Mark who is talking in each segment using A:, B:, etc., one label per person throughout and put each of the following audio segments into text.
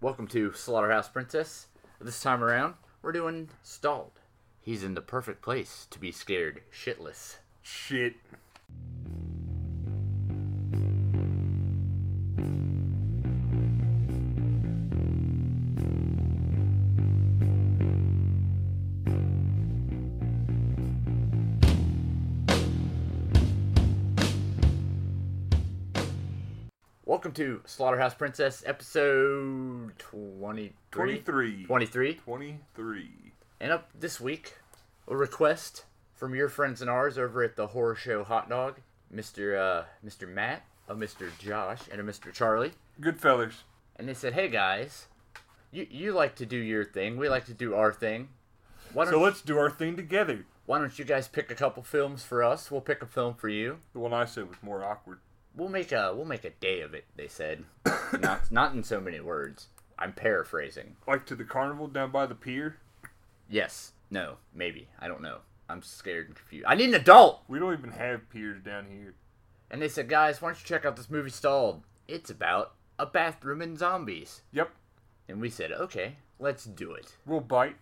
A: Welcome to Slaughterhouse Princess. This time around, we're doing Stalled. He's in the perfect place to be scared shitless.
B: Shit.
A: Welcome to Slaughterhouse Princess, episode 23.
B: 23.
A: 23.
B: 23.
A: And up this week, a request from your friends and ours over at the Horror Show Hot Dog, Mr. Uh, Mr. Matt, a Mr. Josh, and a Mr. Charlie.
B: Good fellas.
A: And they said, hey guys, you, you like to do your thing, we like to do our thing. Why don't,
B: So let's do our thing together.
A: why don't you guys pick a couple films for us? We'll pick a film for you.
B: The one I said was more awkward.
A: We'll make a we'll make a day of it, they said. not not in so many words. I'm paraphrasing.
B: Like to the carnival down by the pier.
A: Yes. No. Maybe. I don't know. I'm scared and confused. I need an adult.
B: We don't even have piers down here.
A: And they said, guys, why don't you check out this movie Stalled? It's about a bathroom and zombies.
B: Yep.
A: And we said, okay, let's do it.
B: We'll bite.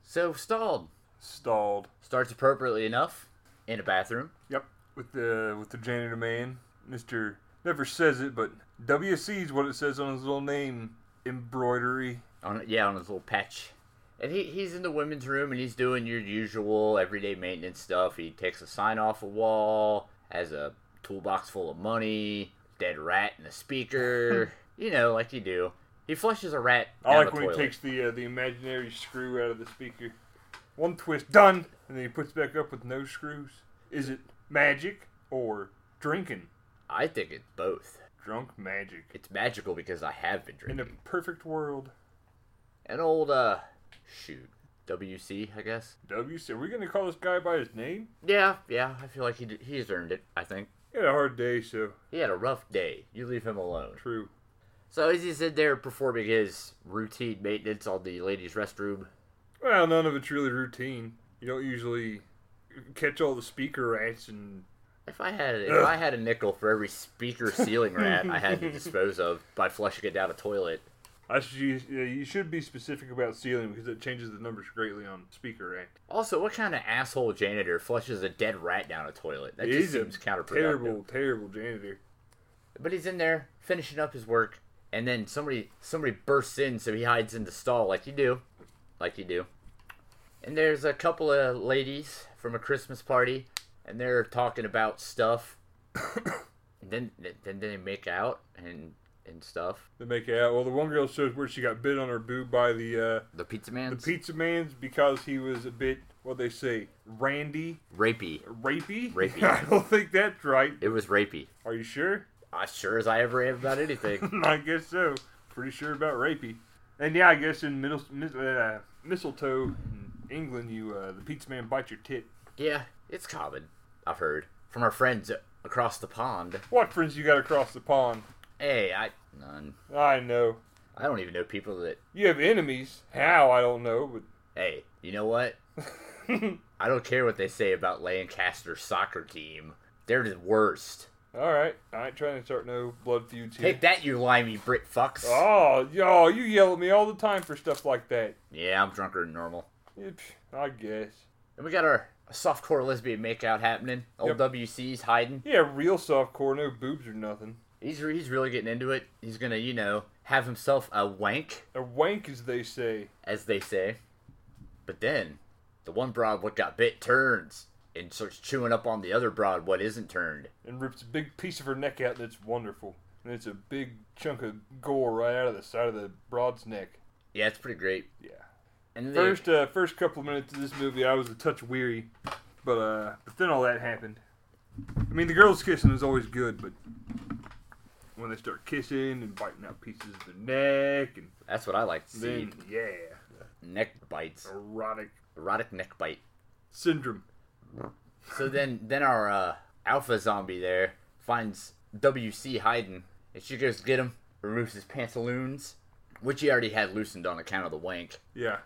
A: So Stalled
B: Stalled.
A: starts appropriately enough in a bathroom.
B: Yep. With the with the janitor man, Mister never says it, but WC is what it says on his little name embroidery.
A: on yeah on his little patch and he, he's in the women's room and he's doing your usual everyday maintenance stuff he takes a sign off a wall has a toolbox full of money dead rat and a speaker you know like you do he flushes a rat down
B: I like
A: the
B: when
A: toilet.
B: he takes the uh, the imaginary screw out of the speaker. One twist, done, and then he puts back up with no screws. Is it magic or drinking?
A: i think it's both
B: Drunk magic.
A: it's magical because i have been
B: In a
A: drinking
B: perfect world,
A: an old uh shoot wc i guess
B: WC. Are we gonna call this guy by his name?
A: yeah yeah i feel like he d- he's earned it i think
B: He had a hard day, so
A: he had a rough day you leave him alone
B: true.
A: So as he's in there performing his routine maintenance on the ladies' restroom,
B: Well, none of it's really routine. You don't usually catch all the speaker rats and
A: if I had if I had a nickel for every speaker ceiling rat I had to dispose of by flushing it down a toilet,
B: I should, you, yeah, you should be specific about ceiling because it changes the numbers greatly on speaker rat.
A: also what kind of asshole janitor flushes a dead rat down a toilet? That
B: He's
A: just
B: a
A: seems counterproductive.
B: Terrible, terrible janitor.
A: But he's in there finishing up his work, and then somebody somebody bursts in, so he hides in the stall like you do, like you do. And there's a couple of ladies from a Christmas party, and they're talking about stuff. and then then they make out and and stuff.
B: They make out. Well, the one girl shows where she got bit on her boob by the uh,
A: The pizza
B: the
A: man's
B: pizza man's because he was a bit what they say randy,
A: rapey.
B: rapey.
A: Rapey.
B: I don't think that's right.
A: It was rapey.
B: Are you sure?
A: I sure as I ever am about anything.
B: I guess so. Pretty sure about rapey. And yeah, I guess in middle, mis- uh, mistletoe in England, you uh, the pizza man bites your tit.
A: yeah, it's common. I've heard from our friends across the pond.
B: What friends you got across the pond?
A: Hey, I none.
B: I know.
A: I don't even know people that
B: You have enemies. How I don't know, but
A: Hey, you know what? I don't care what they say about Lancaster's soccer team. They're the worst.
B: all right. I ain't trying to start no blood feuds here.
A: Take that, you limey Brit fucks.
B: Oh, yo, you yell at me all the time for stuff like that.
A: Yeah, I'm drunker than normal.
B: Yeah, pff, I guess.
A: And we got our softcore lesbian makeout happening. Old WC's hiding.
B: Yeah, real soft core, no boobs or nothing.
A: He's, he's really getting into it. He's gonna, you know, have himself a wank,
B: A wank, as they say.
A: as they say. But then, the one broad what got bit turns and starts chewing up on the other broad what isn't turned.
B: and rips a big piece of her neck out that's wonderful. And it's a big chunk of gore right out of the side of the broad's neck.
A: Yeah, it's pretty great.
B: Yeah.
A: And then they-
B: First uh, first couple of minutes of this movie I was a touch weary. But uh but then all that happened. I mean the girls kissing is always good, but when they start kissing and biting out pieces of their neck and
A: that's what I like to see.
B: then yeah.
A: neck bites.
B: Erotic
A: erotic neck bite.
B: syndrome.
A: So then, then our uh, alpha zombie there finds WC hiding, and she goes to get him, removes his pantaloons, which he already had loosened on account of the wank.
B: Yeah.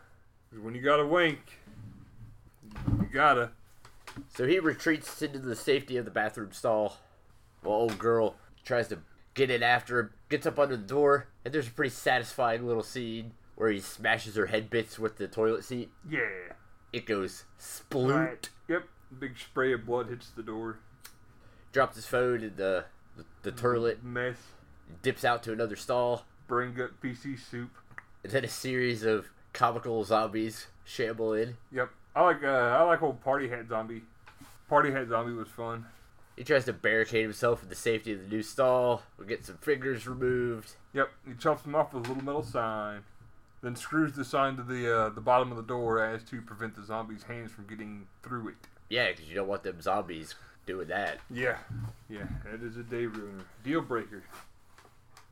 B: 'Cause When you gotta wank you gotta
A: So he retreats into the safety of the bathroom stall, while old girl tries to get it after gets up under the door, and there's a pretty satisfying little scene where he smashes her head bits with the toilet seat.
B: Yeah.
A: It goes
B: All
A: sploot.
B: right. Yep. Big spray of blood hits the door.
A: Drops his phone in the the, the toilet,
B: Mess.
A: dips out to another stall,
B: Brain gut PC soup.
A: and then a series of comical zombies shamble in.
B: Yep. I like uh, I like old party hat zombie. Party hat zombie was fun.
A: He tries to barricade himself in the safety of the new stall. We get some fingers removed.
B: Yep. He chops them off with a little metal sign, then screws the sign to the uh, the bottom of the door as to prevent the zombies' hands from getting through it.
A: Yeah, because you don't want them zombies doing that.
B: Yeah. Yeah. That is a day ruiner. Deal breaker.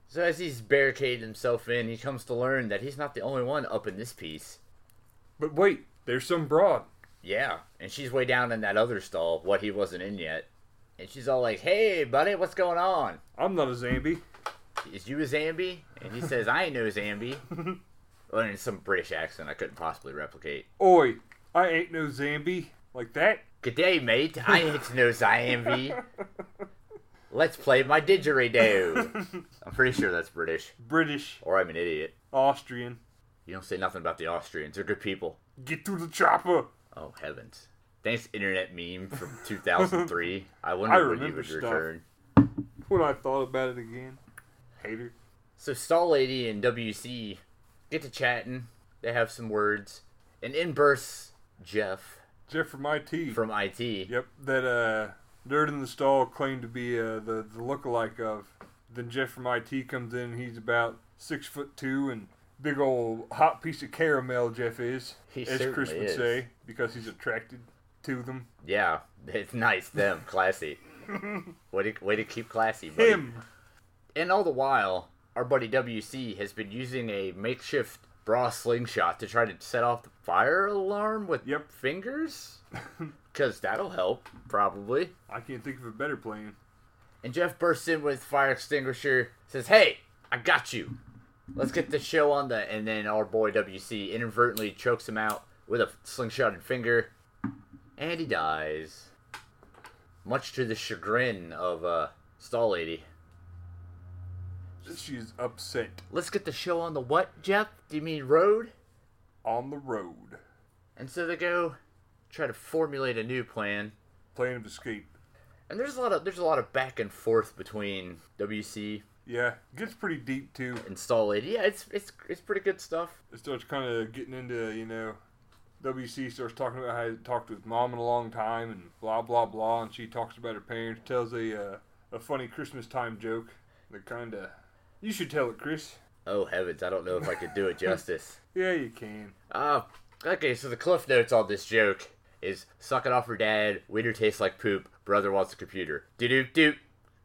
A: So as he's barricading himself in, he comes to learn that he's not the only one up in this piece.
B: But wait, there's some broad.
A: Yeah, and she's way down in that other stall, what he wasn't in yet. And she's all like, "Hey, buddy, what's going on?
B: I'm not a zombie.
A: Is you a Zambi?" And he says, "I ain't no Zambi." well, in some British accent I couldn't possibly replicate.
B: Oi, I ain't no zombie. Like that?
A: Good day, mate. I ain't no Zambi. Let's play my didgeridoo. I'm pretty sure that's British,
B: British,
A: or I'm an idiot.
B: Austrian.
A: You don't say nothing about the Austrians. They're good people.
B: Get to the chopper.
A: Oh heavens! Thanks, internet meme from 2003. I wonder
B: I
A: when you
B: remember
A: would
B: stuff.
A: return.
B: When I thought about it again. Hater.
A: So Stall Lady and WC get to chatting. They have some words, and in bursts Jeff
B: Jeff from IT.
A: from IT.
B: Yep, that uh, nerd in the stall claimed to be uh, the the lookalike of. Then Jeff from IT comes in. He's about six foot two and big old hot piece of caramel. Jeff is,
A: He
B: as Chris
A: certainly
B: would
A: is.
B: say, because he's attracted to them.
A: Yeah, it's nice them, classy. way to way to keep classy, buddy.
B: Him.
A: And all the while, our buddy WC has been using a makeshift bra slingshot to try to set off the fire alarm with
B: Yep.
A: fingers, because that'll help probably.
B: I can't think of a better plan.
A: And Jeff bursts in with fire extinguisher, says, Hey, I got you. Let's get this show on the. And then our boy WC inadvertently chokes him out with a slingshotted finger, and he dies. Much to the chagrin of uh, Stall Lady.
B: She is upset
A: Let's get the show on the what, Jeff? Do you mean road?
B: on the road.
A: And so they go try to formulate a new plan.
B: Plan of escape.
A: And there's a lot of there's a lot of back and forth between WC
B: Yeah, gets pretty deep too.
A: and Stall Lady. Yeah, it's it's it's pretty good stuff.
B: It starts kind of getting into you know, WC starts talking about how he talked to his mom in a long time and blah blah blah, and she talks about her parents, tells a uh, a funny Christmas time joke that kind of you should tell it, Chris.
A: Oh heavens, I don't know if I could do it justice.
B: Yeah, you can.
A: Uh, okay, so the cliff notes on this joke is suck it off for dad, winter tastes like poop, brother wants a computer. Do do do.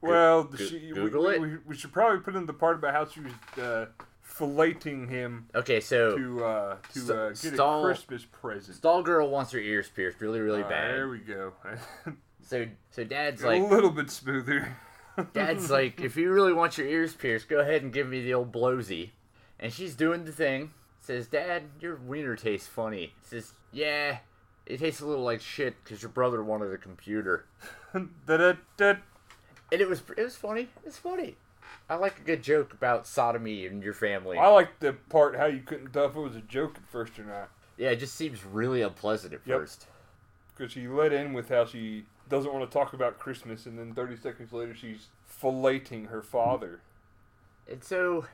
B: Well, the
A: Go-
B: she, we,
A: Google
B: we,
A: it.
B: we, we should probably put in the part about how she was uh, filleting him
A: Okay, so
B: to uh,
A: S-
B: to uh, get a
A: Oh. stall-
B: Christmas present.
A: Stall girl wants her ears pierced really, really
B: Ah, There
A: bad.
B: we go.
A: So so dad's
B: a
A: like
B: little bit smoother.
A: Dad's like, if you really want your ears pierced, go ahead and give me the old blowsy. And she's doing the thing. Says, Dad, your wiener tastes funny. Says, yeah, it tastes a little like shit because your brother wanted a computer.
B: Da-da-da.
A: And it was it was funny. It's funny. I like a good joke about sodomy and your family.
B: I like the part how you couldn't tell if it was a joke at first or not,
A: Yeah, it just seems really unpleasant at
B: Yep.
A: first.
B: because she let in with how she doesn't want to talk about Christmas, and then 30 seconds later she's filleting her father.
A: And so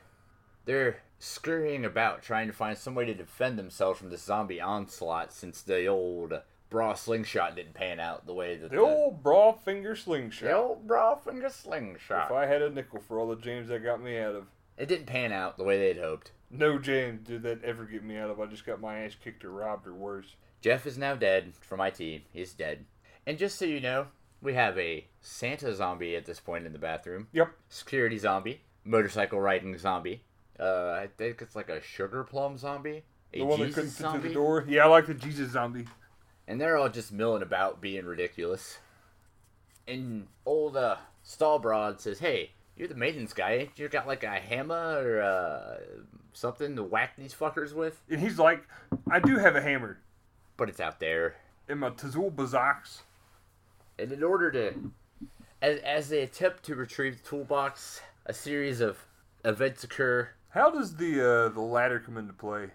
A: they're scurrying about trying to find some way to defend themselves from this zombie onslaught since the old bra slingshot didn't pan out the way that
B: The old bra finger slingshot.
A: The old bra finger
B: If
A: slingshot.
B: I had a nickel for all the jams that got me out of,
A: It didn't pan out the way they'd hoped.
B: no jam did that ever get me out of. I just got my ass kicked or robbed or worse.
A: Jeff is now dead from IT. He's dead. And just so you know, we have a Santa zombie at this point in the bathroom,
B: Yep.
A: security zombie, motorcycle riding zombie. Uh, I think it's like a sugar plum zombie, a
B: The one that couldn't
A: Jesus
B: fit through
A: zombie,
B: the door. Yeah, I like the Jesus zombie.
A: and they're all just milling about being ridiculous. And old uh, Stallbroad says, "Hey, you're the maintenance guy. ain't You You got like a hammer or uh, something to whack these fuckers with."
B: And he's like, I do have a hammer
A: but it's out there.
B: in my Tazul Bazax.
A: And in order to, as, as they attempt to retrieve the toolbox, a series of events occur.
B: How does the uh, the ladder come into play?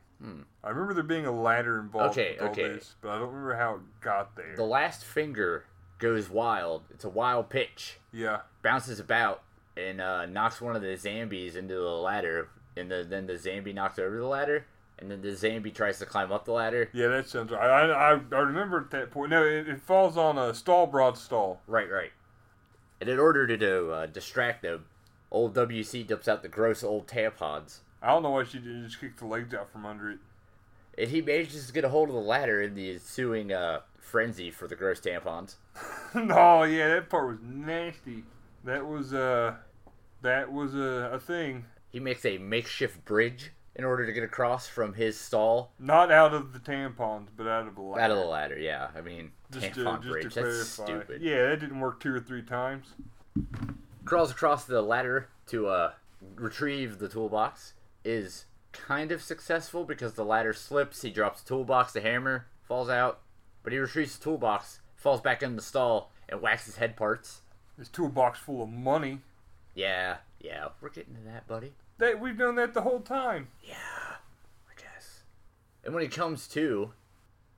B: I remember there being a ladder involved
A: Hmm. Okay,
B: with all
A: okay.
B: this, but I don't remember how it got there.
A: The last finger goes wild. It's a wild pitch.
B: yeah,
A: bounces about and uh, knocks one of the Zambies into the ladder, and the, then the Zambi knocks over the ladder, and then the Zambi tries to climb up the ladder.
B: yeah, that sounds right. I, I, I remember at that point. No, it, it falls on a stall, broad stall.
A: Right, right. And in order to uh, distract them, old WC dumps out the gross old tampons,
B: I don't know why she did just kick the legs out from under it.
A: and he manages to get a hold of the ladder in the ensuing uh, frenzy for the gross tampons.
B: oh yeah, that part was nasty. That was uh, that was a, a thing.
A: He makes a makeshift bridge in order to get across from his stall
B: Not out of the tampons, but out of the ladder.
A: out of the ladder. Yeah, I mean,
B: Just to,
A: tampon
B: just
A: bridge.
B: to
A: That's
B: clarify.
A: stupid.
B: Yeah, that didn't work two or three times.
A: crawls across the ladder to uh, retrieve the toolbox is kind of successful because the ladder slips he drops the toolbox the hammer falls out but he retrieves the toolbox falls back in the stall and whacks his head parts
B: This toolbox full of money.
A: yeah yeah we're getting to that buddy
B: That we've done that the whole time.
A: i guess and when he comes to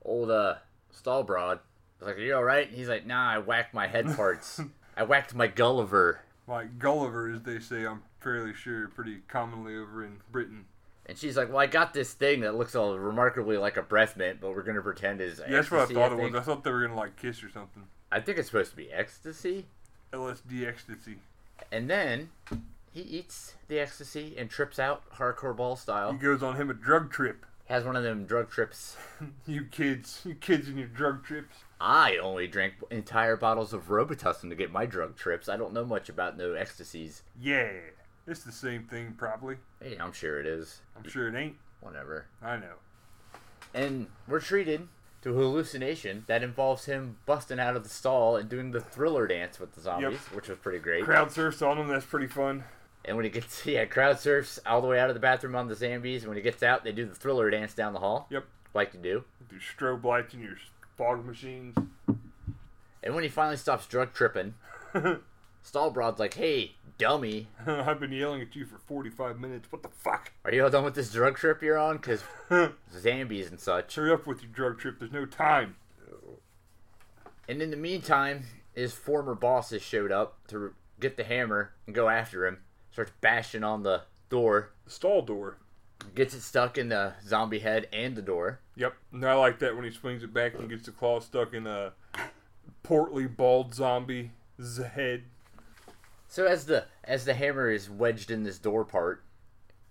A: old uh stall broad is like are you all right and he's like nah i whacked my head parts i whacked my gulliver
B: Like Gulliver, as they say, I'm fairly sure, pretty commonly over in Britain.
A: and she's like, "Well, I got this thing that looks all remarkably like a breath mint, but we're gonna pretend is
B: Yeah, that's what I
A: ecstasy,
B: thought it
A: think."
B: was. I thought they were gonna like kiss or something.
A: I think it's supposed to be ecstasy.
B: LSD ecstasy.
A: And then he eats the ecstasy and trips out hardcore ball
B: He
A: style.
B: goes on him a drug trip.
A: Has one of them drug trips.
B: You kids, you kids and your drug trips.
A: I only drank entire bottles of Robitussin to get my drug trips. I don't know much about no ecstasies.
B: Yeah, it's the same thing probably.
A: Yeah, I'm sure it is.
B: I'm sure it ain't.
A: Whatever.
B: I know.
A: And we're treated to a hallucination that involves him busting out of the stall and doing the thriller dance with the zombies, which was pretty great.
B: Crowd surfs on him. That's pretty fun.
A: And when he gets, yeah, crowd surfs all the way out of the bathroom on the Zambies. And when he gets out, they do the thriller dance down the hall.
B: Yep.
A: Like you do.
B: With your strobe lights and your fog machines.
A: And when he finally stops drug tripping, Stallbrod's like, hey, dummy,
B: I've been yelling at you for 45 minutes. What the fuck?
A: are you all done with this drug trip you're on? Because Zambies and such.
B: Hurry up with your drug trip. There's no time.
A: And in the meantime, his former bosses showed up to get the hammer and go after him. Starts bashing on the door,
B: The stall door.
A: gets it stuck in the zombie head and the door.
B: Yep. And I like that when he swings it back and gets the claw stuck in a portly, bald zombie's head.
A: So as the as the hammer is wedged in this door part,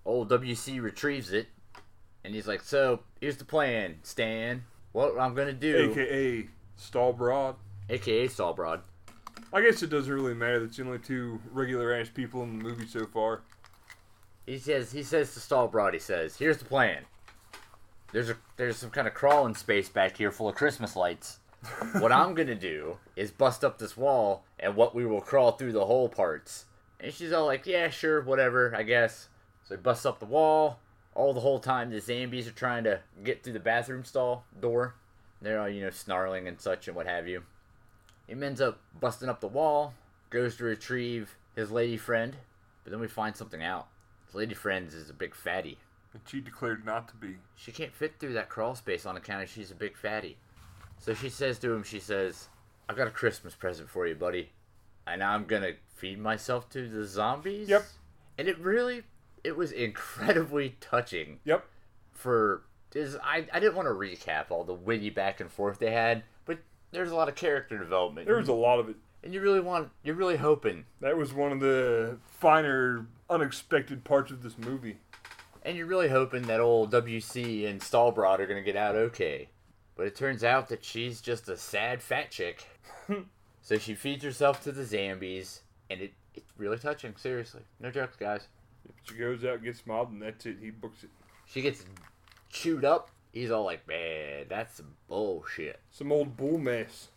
A: old WC retrieves it, and he's like, "So here's the plan, Stan. What I'm gonna do,
B: AKA stall broad.
A: aka Stallbroad,
B: I guess it doesn't really matter. That's the only two regular ass people in the movie so far.
A: He says he says to Stallbroad, he says, "Here's the plan. There's a there's some kind of crawling space back here full of Christmas lights. what I'm gonna do is bust up this wall, and what we will crawl through the hole parts." And she's all like, "Yeah, sure, whatever, I guess." So he busts up the wall. All the whole time, the Zambies are trying to get through the bathroom stall door. They're all you know snarling and such and what have you. He ends up busting up the wall, goes to retrieve his lady friend, but then we find something out. His lady friend is a big fatty.
B: And she declared not to be.
A: She can't fit through that crawl space on account of she's a big fatty. So she says to him, she says, I got a Christmas present for you, buddy. And I'm gonna feed myself to the zombies.
B: Yep.
A: And it really it was incredibly touching
B: Yep.
A: for is I, I didn't want to recap all the witty back and forth they had, but there's a lot of character development.
B: There was a lot of it.
A: and you really want you're really hoping
B: That was one of the finer, unexpected parts of this movie.
A: And you're really hoping that old WC and Stallbrod are going to get out okay. But it turns out that she's just a sad fat chick. so she feeds herself to the Zambies, and it, it's really touching, seriously. No jokes, guys.
B: She goes out, gets mobbed, and that's it. He books it.
A: She gets chewed up. He's all like, man, that's some bullshit.
B: Some old bull mess.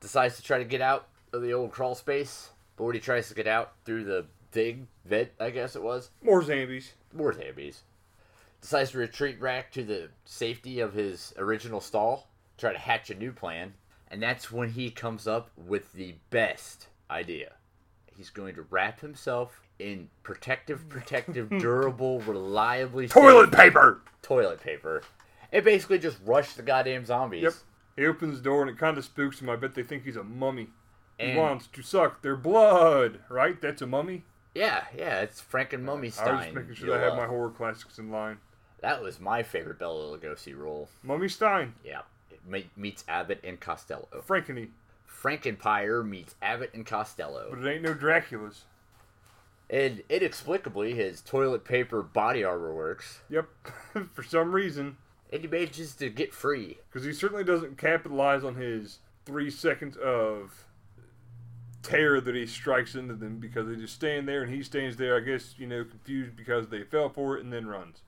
A: Decides to try to get out of the old crawl space, but when he tries to get out through the big vent, I guess it was,
B: More zombies.
A: more Zambies. Decides to retreat back to the safety of his original stall, try to hatch a new plan, and that's when he comes up with the best idea. He's going to wrap himself in protective, protective, durable, reliably safe
B: Toilet paper.
A: toilet paper. It basically just rushed the goddamn zombies.
B: Yep. He opens the door and it kind of spooks him. I bet they think he's a mummy. He
A: And-
B: wants to suck their blood, right? That's a mummy.
A: Yeah, yeah, it's Frank and Mummy Stein.
B: I was just making sure I had my horror classics in line.
A: That was my favorite Bella Lugosi role.
B: Mummy Stein,
A: Yeah. It me- meets Abbott and Costello.
B: Frankenny,
A: Frankenpire meets Abbott and
B: but
A: Costello.
B: it ain't no Dracula's.
A: And inexplicably, his toilet paper body armor works.
B: Yep, for some reason,
A: And he manages to get free.
B: because he certainly doesn't capitalize on his three seconds of terror that he strikes into them because they just stand there and he stands there, I guess, you know, confused because they fell for it and then runs.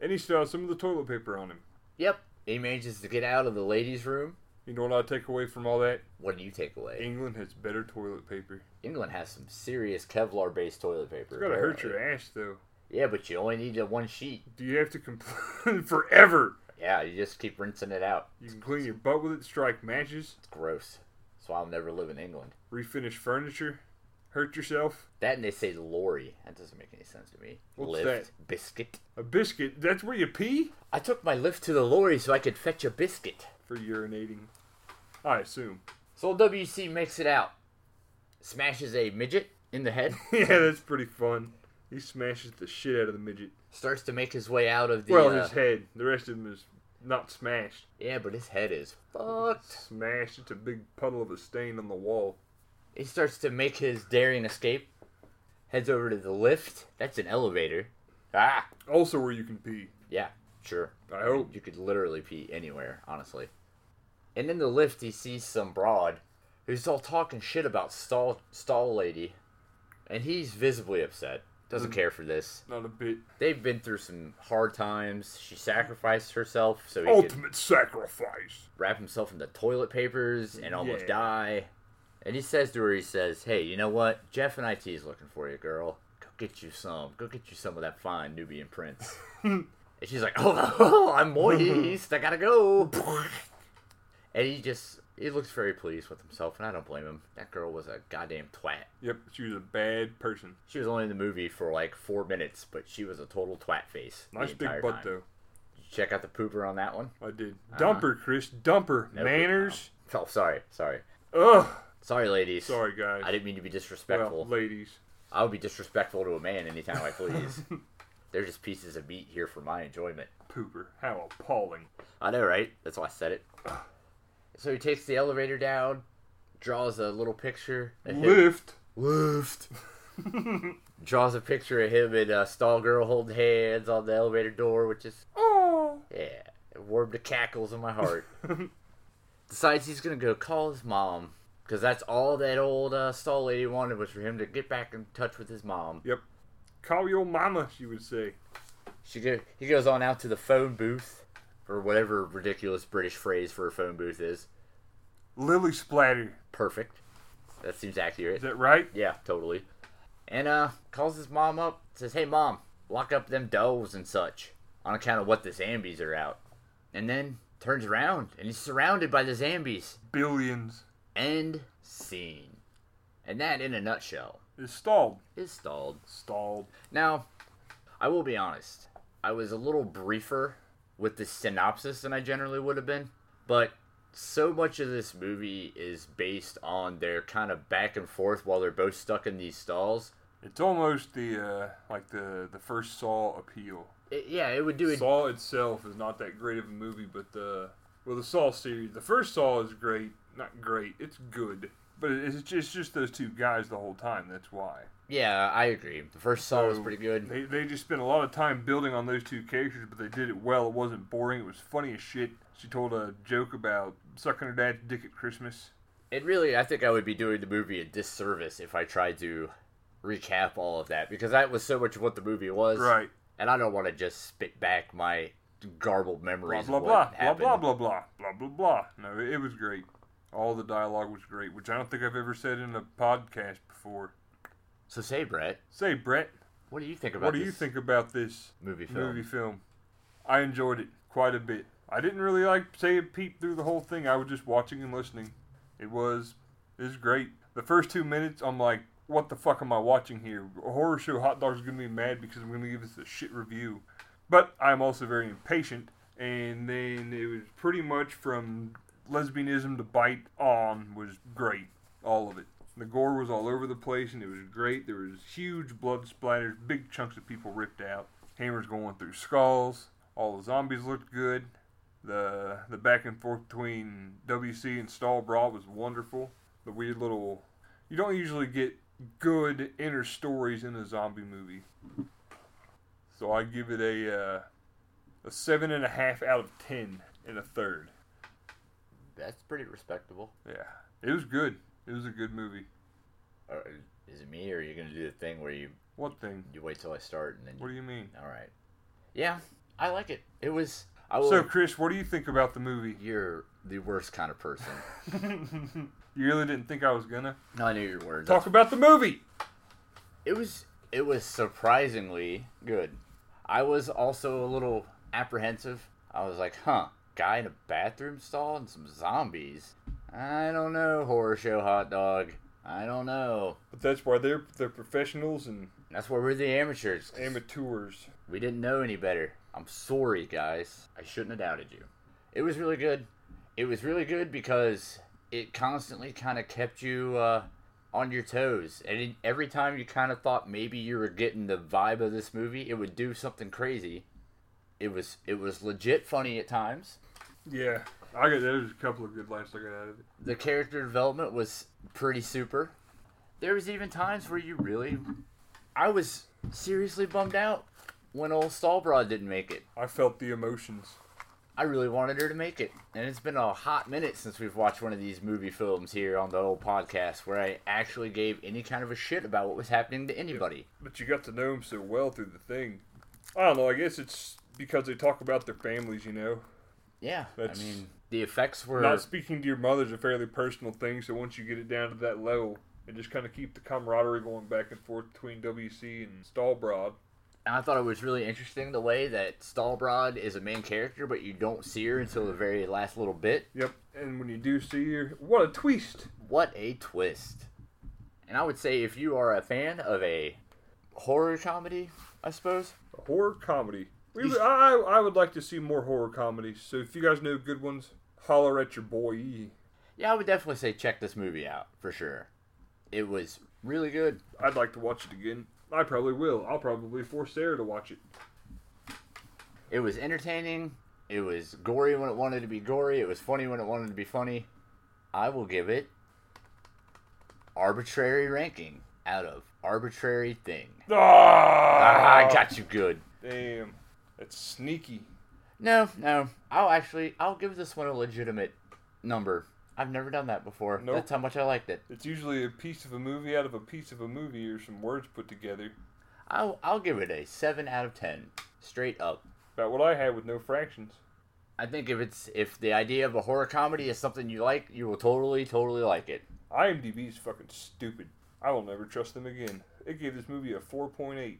B: And he still has some of the toilet paper on him.
A: Yep. He manages to get out of the ladies' room.
B: You know what I take away from all that?
A: What do you take away?
B: England has better toilet paper.
A: England has some serious Kevlar based toilet paper.
B: It's gotta hurt eh?
A: apparently.
B: your ass though.
A: Yeah, but you only need the one sheet.
B: Do you have to complain forever?
A: Yeah, you just keep rinsing it out.
B: You can clean your butt with it, strike matches,
A: It's gross. That's why I'll never live in England.
B: refinish furniture, hurt yourself.
A: That and they say lorry. That doesn't make any sense to me.
B: What's
A: Lift. Biscuit.
B: A biscuit, that's where you pee?
A: I took my lift to the lorry so I could fetch a biscuit.
B: For urinating. I assume.
A: So WC makes it out. Smashes a midget in the head.
B: yeah, that's pretty fun. He smashes the shit out of the midget.
A: starts to make his way out of the.
B: Well,
A: uh,
B: his head. The rest of him is not smashed.
A: yeah, but his head is fucked.
B: Smashed. It's a big puddle of a stain on the wall.
A: He starts to make his daring escape. Heads over to the lift. That's an elevator. Ah!
B: Also, where you can pee.
A: Yeah, sure.
B: I hope.
A: You could literally pee anywhere, honestly. And in the lift, he sees some broad who's all talking shit about stall stall lady, and he's visibly upset.
B: Mm.
A: Doesn't care for this.
B: Not a bit.
A: They've been through some hard times. She sacrificed herself so he could
B: Ultimate sacrifice.
A: wrap himself in the toilet papers and almost
B: Yeah.
A: die. And he says to her, he says, "Hey, you know what? Jeff and IT is looking for you, girl. Go get you some. Go get you some of that fine Nubian prince." and she's like, "Oh, I'm moist. I gotta go." and he just he looks very pleased with himself, and I don't blame him. That girl was a goddamn twat.
B: Yep, she was a bad person.
A: She was only in the movie for like four minutes, but she was a total twat face. the
B: Nice big
A: entire
B: butt,
A: time.
B: though.
A: Did you check out the pooper on that one.
B: I did. Dumper, Chris. Dumper.
A: Nope.
B: Manners.
A: Oh, sorry, sorry,
B: Ugh.
A: sorry, ladies.
B: Sorry, guys.
A: I didn't mean to be disrespectful.
B: well, ladies.
A: I would be disrespectful to a man anytime I please. They're just pieces of meat here for my enjoyment.
B: Pooper. How appalling.
A: I know, right? That's why I said it. So he takes the elevator down, draws a little picture. Of him,
B: Lift.
A: lift. draws a picture of him and uh, stall girl holding hands on the elevator door, which is
B: Oh.
A: yeah, it warmed the cackles in my heart. Decides he's gonna go call his mom because that's all that old uh, stall lady wanted was for him to get back in touch with his mom.
B: Yep. Call your mama, she would say.
A: She go, he goes on out to the phone booth, or whatever ridiculous British phrase for a phone booth is.
B: Lily Splatter.
A: Perfect. That seems
B: Is
A: accurate.
B: that right?
A: Yeah, totally. And uh, calls his mom up. Says, "Hey, mom, lock up them does and such on account of what the zombies are out." And then turns around and he's surrounded by the zombies.
B: Billions.
A: End scene. And that, in a nutshell,
B: It's stalled.
A: is stalled.
B: Stalled.
A: Now, I will be honest. I was a little briefer with the synopsis than I generally would have been, but so much of this movie is based on their kind of back and forth while they're both stuck in these stalls.
B: It's almost the uh like the the first Saw appeal.
A: It- yeah, it would do it.
B: Saw itself is not that great of a movie, but the well the Saw series, the first Saw is great. Not great. It's good, but it's just, it's just those two guys the whole time. That's why.
A: Yeah, I agree. The first saw was
B: So,
A: pretty good.
B: They, they just spent a lot of time building on those two characters, but they did it well. It wasn't boring. It was funny as shit. She told a joke about sucking her dad's dick at Christmas.
A: It really, I think I would be doing the movie a disservice if I tried to recap all of that because that was so much of what the movie was.
B: Right.
A: And I don't want to just spit back my garbled
B: Blah
A: memories
B: blah
A: of what
B: blah blah
A: happened.
B: blah blah blah blah blah blah. No, it, it was great. All the dialogue was great, which I don't think I've ever said in a podcast before.
A: So say, Brett,
B: Say, Brett,
A: What do you think about
B: what do
A: this
B: you think about this
A: movie film?
B: movie film? I enjoyed it quite a bit. I didn't really like say a peep through the whole thing. I was just watching and listening. It was it was great. The first two minutes, I'm like, what the fuck am I watching here? Horror show hot dogs is gonna be mad because I'm gonna give this a shit review. But I'm also very impatient. And then it was pretty much from lesbianism to bite on was great, all of it. The gore was all over the place, and it was great. There was huge blood splatters, big chunks of people ripped out, hammers going through skulls. All the zombies looked good. The the back and forth between WC and Stall Brawl was wonderful. The weird little you don't usually get good inner stories in a zombie movie. So I give it a uh, a seven and a half out of ten and a third.
A: That's pretty respectable.
B: Yeah, it was good. It was a good movie.
A: Or, Uh, is it me, or are you gonna do the thing where you
B: What thing?
A: you wait till I start and then?
B: What do you mean?
A: All right. Yeah, I like it. It was. I will.
B: So Chris, what do you think about the movie?
A: you're the worst kind of person.
B: you really didn't think I was gonna
A: No, I knew your words.
B: talk about the movie.
A: It was. It was surprisingly good. I was also a little apprehensive. I was like, "Huh, guy in a bathroom stall and some zombies. I don't know, horror show hot dog. I don't know."
B: But that's why they're they're professionals and
A: That's why we're the amateurs. 'cause
B: amateurs.
A: We didn't know any better. I'm sorry, guys. I shouldn't have doubted you. It was really good. It was really good because it constantly kind of kept you uh, on your toes. And it, every time you kind of thought maybe you were getting the vibe of this movie, it would do something crazy. It was it was legit funny at times.
B: Yeah, I got there's a couple of good laughs I got out of it.
A: The character development was pretty super. There was even times where you really, I was seriously bummed out when old Stallbroad didn't make it.
B: I felt the emotions.
A: I really wanted her to make it. And it's been a hot minute since we've watched one of these movie films here on the old podcast where I actually gave any kind of a shit about what was happening to anybody.
B: But you got to know them so well through the thing. I don't know. I guess it's because they talk about their families, you know.
A: Yeah.
B: That's-
A: I mean, the effects were.
B: Not speaking to your mother's a fairly personal thing, so once you get it down to that level and just kind of keep the camaraderie going back and forth between WC and Stallbroad.
A: and I thought it was really interesting the way that Stallbroad is a main character, but you don't see her until the very last little bit.
B: Yep. And when you do see her, what a twist!
A: What a twist. And I would say if you are a fan of a horror comedy, I suppose,
B: A horror comedy. We,
A: He's-
B: I, I I would like to see more horror comedies. So if you guys know good ones, holler at your boy. E.
A: yeah, I would definitely say check this movie out for sure. It was really good.
B: I'd like to watch it again. I probably will. I'll probably force Sarah to watch it.
A: It was entertaining. It was gory when it wanted to be gory. It was funny when it wanted to be funny. I will give it arbitrary ranking out of arbitrary thing. Ah, I got you good.
B: Damn, that's sneaky.
A: No, no. I'll actually I'll give this one a legitimate number. I've never done that before.
B: Nope.
A: That's how much I liked it.
B: It's usually a piece of a movie out of a piece of a movie or some words put together.
A: I'll I'll give it a seven out of ten. Straight up.
B: About what I had with no fractions.
A: I think if it's if the idea of a horror comedy is something you like, you will totally, totally like it.
B: IMDb is fucking stupid. I will never trust them again. It gave this movie a 4.8.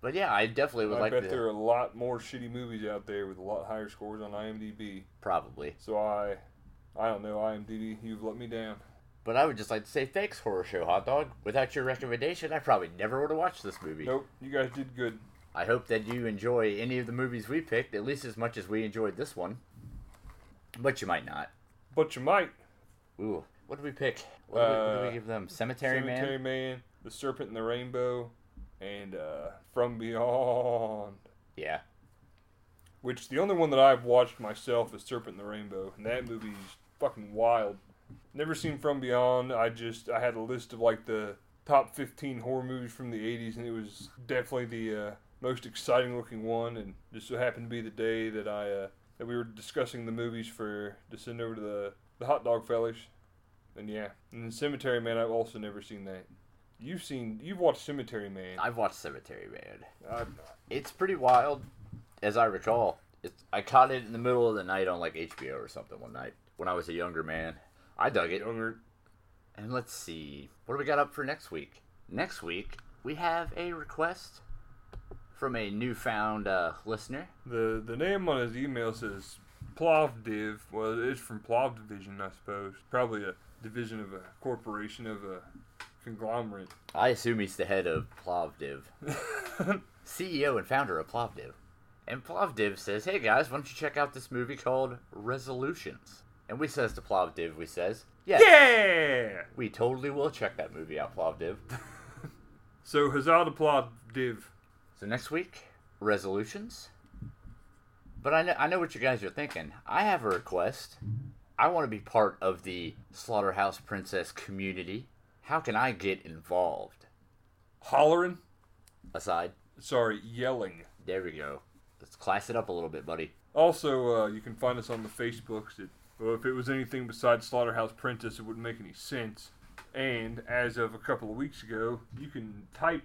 A: But yeah, I definitely would
B: I
A: like
B: bet
A: to
B: there are a lot more shitty movies out there with a lot higher scores on IMDb.
A: probably.
B: So I, I don't know IMDb. You've let me down.
A: But I would just like to say thanks, horror show hot dog. Without your recommendation, I probably never would have watched this movie.
B: Nope, you guys did good.
A: I hope that you enjoy any of the movies we picked, at least as much as we enjoyed this one. But you might not.
B: But you might.
A: Ooh, what did we pick? What did, we, what did
B: Uh,
A: we give them? Cemetery,
B: Cemetery
A: Man.
B: Man. The Serpent and the Rainbow, and uh, From Beyond.
A: Yeah,
B: Which the only one that I've watched myself is Serpent and the Rainbow, and that movie's fucking wild. Never seen From Beyond. I just I had a list of like the top 15 horror movies from the 80s, and it was definitely the uh, most exciting looking one. And just so happened to be the day that I uh, that we were discussing the movies for to send over to the the hot dog fellas. And yeah, and then Cemetery Man. I've also never seen that. You've seen you've watched Cemetery Man.
A: I've watched Cemetery Man.
B: I,
A: It's pretty wild, as I recall. It's, I caught it in the middle of the night on like HBO or something one night when I was a younger man. I dug it.
B: younger.
A: And let's see, what do we got up for next week? Next week we have a request from a newfound uh, listener.
B: The the name on his email says Plovdiv. Well, it's from Plov Division, I suppose. Probably a division of a corporation of a conglomerate.
A: I assume he's the head of Plovdiv, CEO and founder of Plovdiv. And Plovdiv says, "Hey guys, why don't you check out this movie called Resolutions?" And we says to Plovdiv, we says, "Yes,
B: yeah.
A: we totally will check that movie out, Plovdiv."
B: So huzzah to plot div.
A: So next week, resolutions. But I know I know what you guys are thinking. I have a request. I want to be part of the Slaughterhouse Princess community. How can I get involved?
B: Hollering.
A: Aside,
B: Sorry, yelling.
A: there we go. Let's class it up a little bit, buddy.
B: Also, uh, you can find us on the Facebooks. At, well, if it was anything besides Slaughterhouse Princess, it wouldn't make any sense. And as of a couple of weeks ago, you can type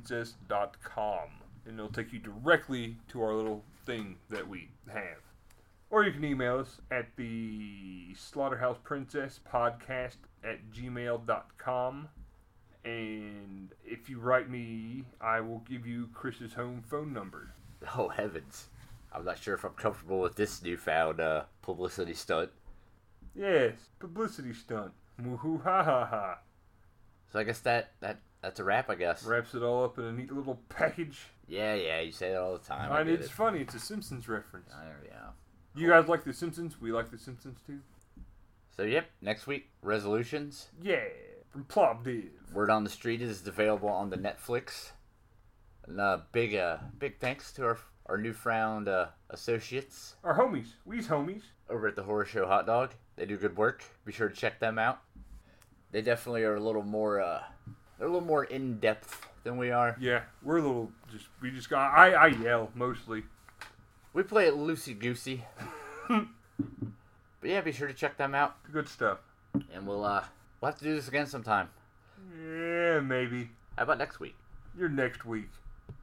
B: www.slaughterhouseprincess.com and it'll take you directly to our little thing that we have. Or you can email us at the slaughterhouseprincesspodcast at gmail.com. And if you write me, I will give you Chris's home phone number.
A: Oh heavens. I'm not sure if I'm comfortable with this newfound uh, publicity stunt.
B: Yes, publicity stunt. Woohoo ha ha ha.
A: So I guess that, that that's a wrap, I guess.
B: Wraps it all up in a neat little package.
A: Yeah, yeah, you say that all the time. I
B: And
A: get
B: it's
A: it.
B: funny, it's a Simpsons reference.
A: I- yeah.
B: You guys like The Simpsons? We like The Simpsons too?
A: So yep, next week resolutions.
B: Yeah, from Plobdiv.
A: Word on the Street is available on the Netflix. And uh, big uh, big thanks to our our newfound uh, associates
B: Our homies. We's homies.
A: over at the Horror Show Hot Dog. They do good work. Be sure to check them out. They definitely are a little more uh, they're a little more in depth than we are.
B: Yeah, we're a little just, we just got, I, I yell mostly.
A: We play it loosey goosey. but yeah, be sure to check them out,
B: Good stuff.
A: and we'll uh, we'll have to do this again sometime.
B: Yeah, maybe.
A: How about next week?
B: You're next week.